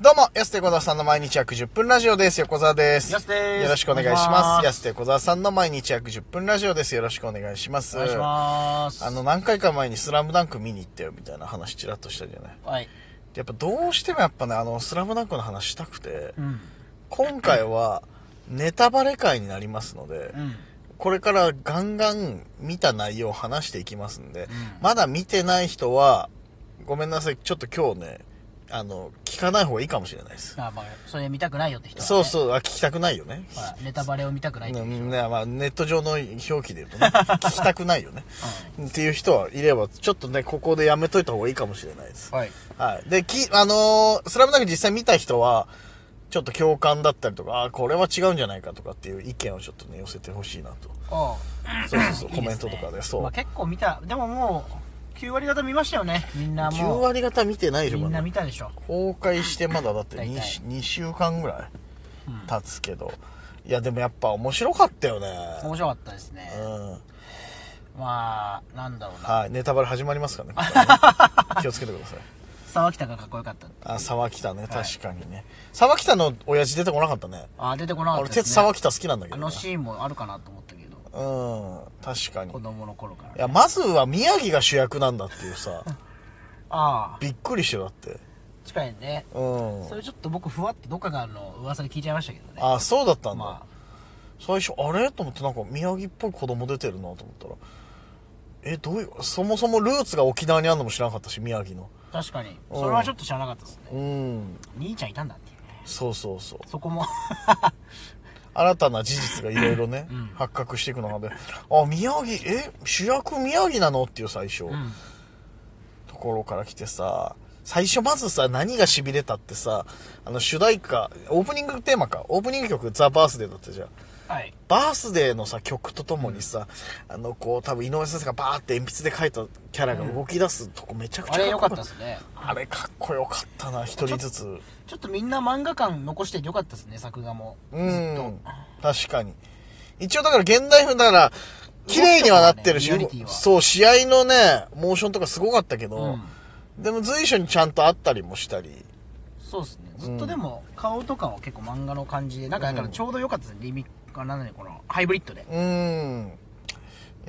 どうも、安手小沢さんの毎日約10分ラジオです。横澤です。安ですよろしくお願いします。や安手小沢さんの毎日約10分ラジオです。よろしくお願いします。お願いしますあの、何回か前にスラムダンク見に行ったよみたいな話ちらっとしたじゃない。はいやっぱどうしてもやっぱね、あの、スラムダンクの話したくてう、ん今回はネタバレ会になりますのでう、んこれからガンガン見た内容を話していきますんで、まだ見てない人は、ごめんなさい、ちょっと今日ね、あの、聞かない方がいいかもしれないです。あまあそれ見たくないよって人は、ね、そうそう、あ、聞きたくないよね。ほらネタバレを見たくないってねいうねまあ、ネット上の表記で言うと ね、聞きたくないよね。っていう人はいれば、ちょっとね、ここでやめといた方がいいかもしれないです。はいはい。で、き、あのースラムダンク実際見た人は、ちょっと共感だったりとか、あーこれは違うんじゃないかとかっていう意見をちょっとね、寄せてほしいなと。おうそうそうそう、 いいすねコメントとかで、そう。まあ、結構見たでももう9割方見ましたよねみんな9もう割方見てないでしょ、みまんなだ見たでしょ公開してまだだって大 2, 体週間ぐらい経つけど。いや、でもやっぱ面白かったよね。面白かったですねうん。まあなんだろうなはい、ネタバレ始まりますからね。ここからね 気をつけてください。沢北がかっこよかったあ、沢北ね、確かにね。沢北の親父出てこなかったね。あ出てこなかっ俺、たで鉄す、ね沢、北好きなんだけあどのね。シーンもあるかなと思ったけどうん、確かに。い子供の頃から、や、まずは宮城が主役なんだっていう さ、ああびっくりしてだって。近いねうんそ。れちょっと僕ふわってどっかがあの噂で聞いちゃいましたけどねあ、そうだったんだま。最初、あれと思ってなんか宮城っぽい子供出てるなと思ったら、え、どういう、そもそもルーツが沖縄にあるのも知らなかったし、宮城の。あ確かにそれはちょっと知らなかったですねうん。兄ちゃんいたんだっていうねそうそうそう。そ こも新たな事実がいろいろね、発覚していく中で、あ、宮城、え、主役宮城なのっていう最初、んところから来てさ、最初まずさ、何が痺れたってさ、あの主題歌、オープニングテーマか、オープニング曲、ザ・バースデーだったじゃん。はいバースデーのさ、曲とともにさ、あの、こう、多分井上先生がバーって鉛筆で描いたキャラが動き出すとこめちゃくちあゃれ良かったよで。すねあれかっこよかったな、一人ずつ。ちょっとみんな漫画感残して良かったですね作画もうん。確かに。一応だから現代風だから、綺麗にはなってるし、リアリティはそう、試合のね、モーションとかすごかったけうどん、でも随所にちゃんとあったりもしたり。そうですねずっとでも顔とかは結構漫画の感じでなんかだからちょうど良かったですねリミックあなんだねこのハイブリッドでうん。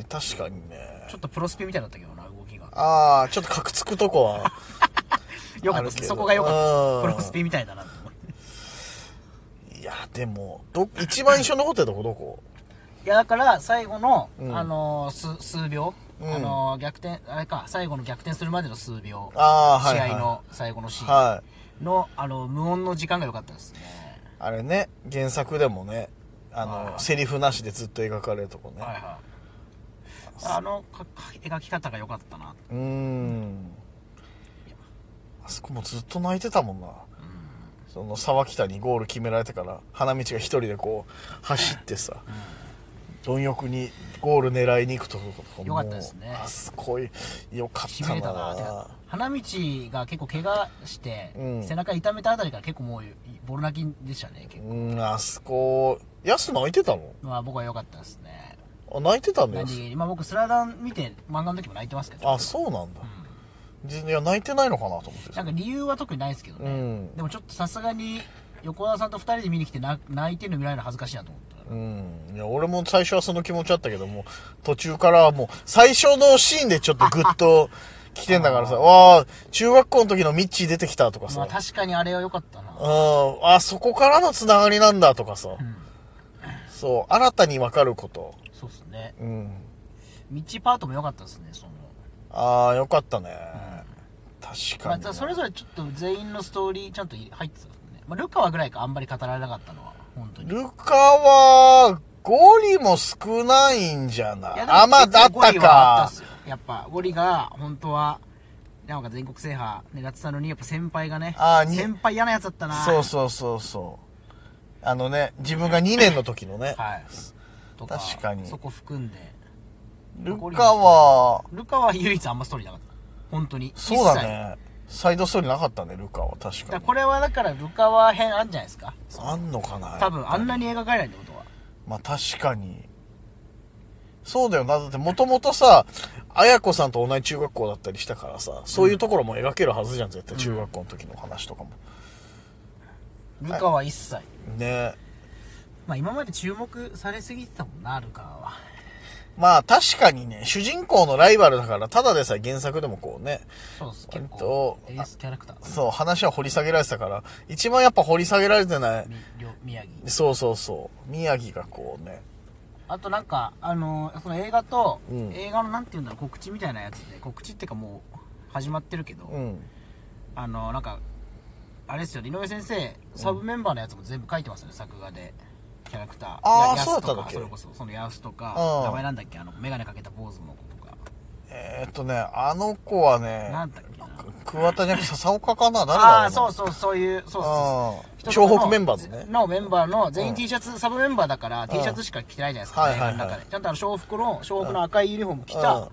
確かにね。ちょっとプロスピみたいだったけどな動きがああ、ちょっとカクつくとこ は。良かっあるたですけどねそこが良かったうんですプロスピみたいだなと思っていや、でも、ど、一番印象に残ってるとこど こいやだから最後の、うんあのー数数秒、うんあのー逆転あれか最後の逆転するまでの数秒あーはいはい試合の最後のシーン、はい。のあの無音の時間が良かったですねあれね、原作でもね、あの、あーセリフなしでずっと描かれるとこねは。いはいあのかか描き方が良かったなうーんあそこもずっと泣いてたもんな、その沢北にゴール決められてから花道が一人でこう走ってさ、貪欲にゴール狙いに行くとこよかったですねもうあそこいよかっしたびなれたなって花道が結構怪我して、うん背中痛めたあたりから結構もうボロ泣きでしたね結構、うんあそこヤス泣いてたのまあ僕は良かったですねあ泣いてたんだよ何今僕スラダン見て漫画の時も泣いてますけどあそうなんだ、全然いや泣いてないのかなと思ってなんか理由は特にないですけどうね、んでもちょっとさすがに横田さんと2人で見に来てな泣いてるの見られるの恥ずかしいなと思ったうん、いや俺も最初はその気持ちあったけども途中からはもう最初のシーンでちょっとグッと来てんだからさわあ中学校の時のミッチー出てきたとかまさ、あ確かにあれは良かったなうんあそこからのつながりなんだとかさ、そう新たに分かること、そうっすねうん、道パートも良かったですねそのああよかったね、確まかあに、ただそれぞれちょっと全員のストーリーちゃんと入ってたからね、まあ、ルカはぐらいかあんまり語られなかったのは本当にルカはゴリも少ないんじゃないいやでもあまあだっゴたリはあかったっすよやっぱゴリが本当はなんか全国制覇狙ってたのにやっぱ先輩がねあーに先輩嫌なやつだったなそうそうそうそうあのね自分が2年の時のねはいとか確かにそこ含んでルカは、ルカは唯一あんまストーリーなかった本当にそうだ一切ね。サイドストーリーなかったね、ルカは確だかからに。これはだからルカワ編あるんじゃないですかあんのかな多分あんなに描かれないってことはまあ確かに。そうだよな。だってもともとさ、綾子さんと同じ中学校だったりしたからさ、そういうところも描けるはずじゃん、絶対中学校の時の話とかも。ニカは一切、ねまあ今まで注目されすぎてたもんなルカはまあ確かにね主人公のライバルだからただでさえ原作でもこうねそうです割結と構エースキャラクターそう話は掘り下げられてたから一番やっぱ掘り下げられてないみりょ宮城そうそうそう宮城がこうねあとなんかあのーその映画と、うん映画のなんていうんだろう告知みたいなやつで告知っていうかもう始まってるけど、うんあのーなんかあれですよね井上先生サブメンバーのやつも全部書いてますよね、作画でキャラクターあーやヤスとかそうだったっけそれこそそのヤスとかうん名前なんだっけあの眼鏡かけた坊主の子とかえー、っとねあの子はねなんだっけな桑田じゃなくて笹岡かな誰だろうあなあーそうそうそういうそうそうそううん湘北メンバーのねのメンバーの全員うん T シャツ、サブメンバーだから T シャツしか着てないじゃないですか、はいはいはい映画の中でちゃんとあの湘北の湘北の赤いユニフォーム着た、うん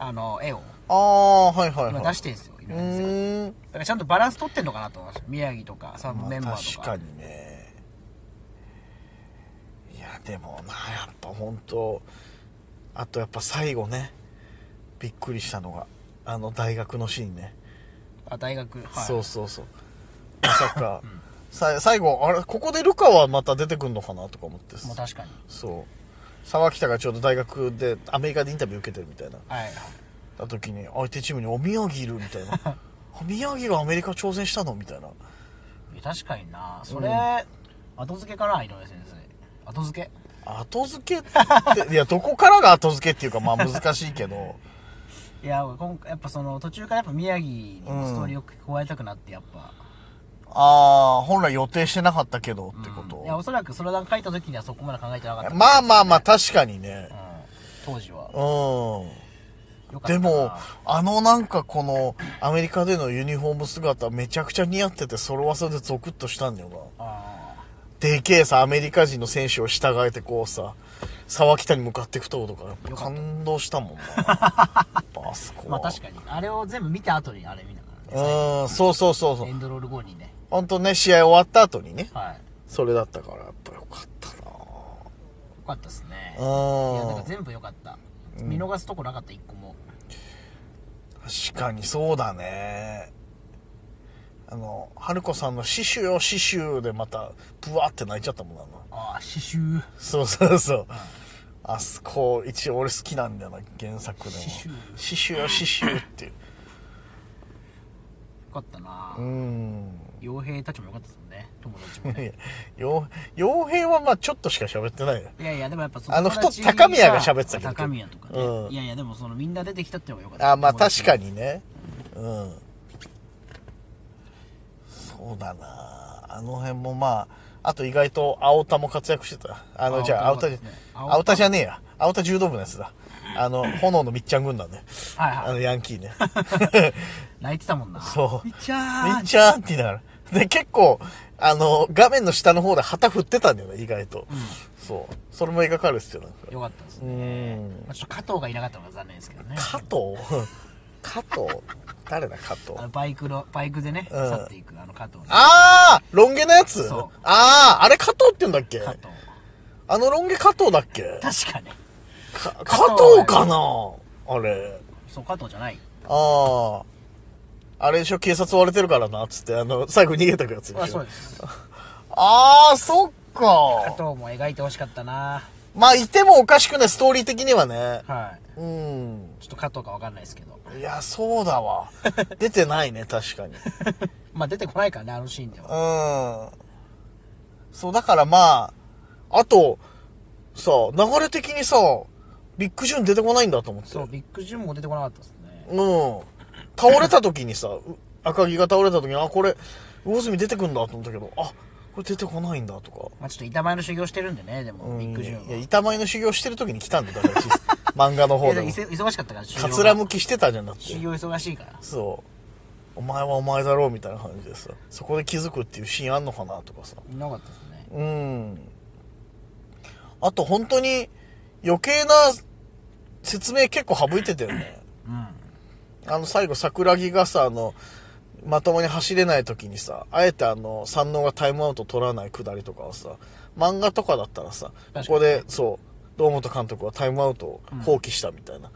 あの絵をああはいはい今は出いしてるんですよ、井う上先生ーがだんからちゃんとバランス取ってんのかなと思いました宮城とかサブメンバーとまあか,、確かにねいやでもなやっぱ本当あとやっぱ最後ねびっくりしたのがあの大学のシーンね、あ大学、はい、そうそうそうまさか、さ最後あれここでルカはまた出てくんのかなとか思ってもう確かにそう沢北がちょうど大学でアメリカでインタビュー受けてるみたいなはいた時に相手チームに「お宮城いる」みたい な「あ宮城がアメリカ挑戦したの?」みたいな確かになそれ、うん後付けかな井上先生後付け後付けっていやどこからが後付けっていうかまあ難しいけ どいや今回やっぱその途中からやっぱ宮城にもストーリーを加えたくなってやっぱ、ああ本来予定してなかったけどってこいやおと、そらくそれだけ書いた時にはそこまで考えてなかった、まあまあまあ確かにねうん、当時はうんよかったでなもあのなんかこのアメリカでのユニフォーム姿めちゃくちゃ似合っててそれはそれでゾクッとしたんだよなあでけえさアメリカ人の選手を従えてこうさ沢北に向かっていくとことかやっぱ感動したもんなや っぱあそこーはまあ確かにあれを全部見た後にあれ見ながらねうんそうそうそうそうエンドロール後にね本当ね試合終わった後にねはいそれだったからやっぱよかったなよかったっすねいやなんかうん全部よかった見逃すとこなかった一個も確かにそうだねあの春子さんの「刺繍よ刺繍」でまたブワーって泣いちゃったもんなのああ刺繍そうそうそうあそこ一応俺好きなんだよな原作でも刺刺繍繍よ刺繍って いうよかったな うん傭兵たちもよかったですもんね友達も いねや傭傭兵はまあちょっとしか喋ってないよいやいやでもやっぱそあの友達太っ高宮が喋ってたけど高宮とかね、うんいやいやでもそのみんな出てきたってのがよかったあまあ友達確もかにねうんそうだなあの辺もまああと意外と青田も活躍してたあの青田じゃあ青田じゃ良かったですね青田青田じゃねえや青田柔道部のやつだあ の炎のみっちゃん軍団ねはいはいあのヤンキ ーね泣いてたもんなそうみっちゃーんみっちゃんって言いながらで結構あの画面の下の方で旗振ってたんだよね意外と、そうそれも描かれてたよなんかよかったですうね、んまあ、ちょっと加藤がいなかったのが残念ですけどね加藤 加藤誰だ加藤ああのバイクのバイクでね、うん去っていくあの加藤ねあーロン毛のやつそうあああれ加藤って言うんだっけ加藤あのロン毛加藤だっけ確かねか加加藤藤かなあれそう加藤じゃないあああれでしょ警察追われてるからなっつってあの最後逃げたくやつであしそうょですああそっ加藤かも描いてほしかったなまあいてもおかしくないストーリー的にはねはいうんちょっと加藤かわかんないですけどいやそうだ わ出てないね確かにまあ出てこないからねあのシーンでうん。はそう、だからまあ、あと、さ、流れ的にさ、ビッグジュン出てこないんだと思って。そうビッグジュンも出てこなかったですねうん。倒れた時にさ、う赤木が倒れた時に、あ、これ、魚住出てくんだと思ったけど、あ、これ出てこないんだとか。まあちょっと板前の修行してるんでねでもビッグジュンいや、は板前の修行してる時に来たんだよ、だから実際、 漫画のい方でやでももい。せ忙しかったから修か行つらむきしてたじゃんだって修。行忙しいからそう。お前はお前だろうみたいな感じでさ、そこで気づくっていうシーンあんのかなとかさ。いなかったですねうん。あと本当に余計な説明結構省いてたよね。あの最後桜木がさ、あの、まともに走れない時にさ、あえてあの、山王がタイムアウト取らないくだりとかはさ、漫画とかだったらさ、ここで、そう、堂本監督はタイムアウトを放棄したみたいな。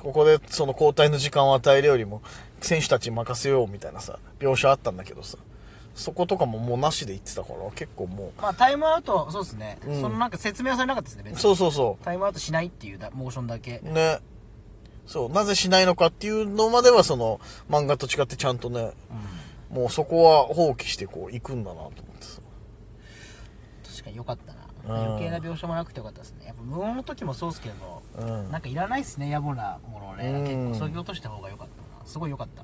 ここでその交代の時間を与えるよりも、選手たちに任せようみたいなさ、描写あったんだけどさ、そことかももうなしで行ってたから結構もまあタイムアウトそうですね、うんそのなんか説明はされなかったですね別うにそうそうそタイムアウトしないっていうだモーションだけうねそうなぜしないのかっていうのまではその漫画と違ってちゃんとねもうそこは放棄してこう行くんだなと思ってさ確かに良かったなうん余計な描写もなくて良かったですねやっぱ無音の時もそうですけど、うんなんかいらないですね野暮なものをね、うん結構削ぎ落とした方が良かったなすごい良かった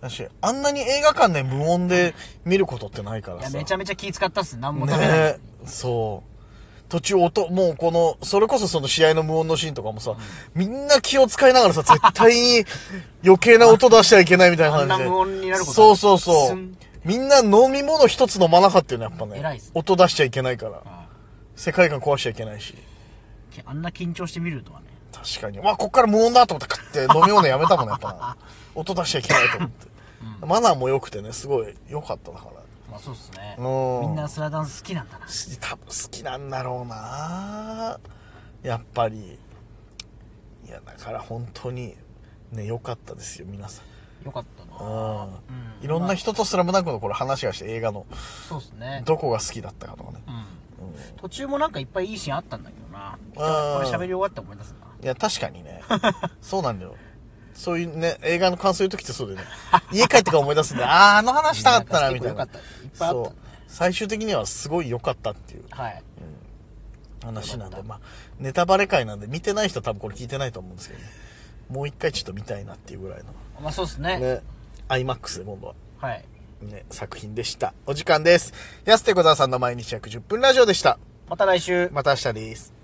だしあんなに映画館で無音で見ることってないからいやさめちゃめちゃ気使ったっす何も食べない、ねそう途中音もうこのそれこそその試合の無音のシーンとかもさ、みんな気を使いながらさ絶対に余計な音出しちゃいけないみたいな感じであんな無音になることそうそうそすうんみんな飲み物一つ飲まなかったよねやっぱね偉いっす音出しちゃいけないからあ世界観壊しちゃいけないしあんな緊張して見るとはね確かにわこっから無音だと思ってカッて飲み物やめたもんねやっぱな音出しちゃいけないと思って、マナーも良くてねすごい良かっただからまあそうっすねうんみんなスラダンス好きなんだなし多分好きなんだろうなやっぱりいやだから本当にね良かったですよ皆さん良かったなうん、うんいろんな人と「スラムダンクのこれ話がして映画のそうっすねどこが好きだったかとかねうん途中もなんかいっぱいいいシーンあったんだけどなこれうん喋り終わって思い出すないや確かにね そうなんだよそういうね映画の感想言う時ってそうだよね家帰ってから思い出 すんであああの話したかったなみたいななんか結構良かったいっぱいあったねそう最終的にはすごい良かったっていうはい話なんで、まあ、ネタバレ会なんで、見てない人は多分これ聞いてないと思うんですけどね。もう一回ちょっと見たいなっていうぐらいの。まあそうっすねね。IMAX で今度は。はいね、作品でした。お時間です。安手小沢さんの毎日約10分ラジオでした。また来週また明日です。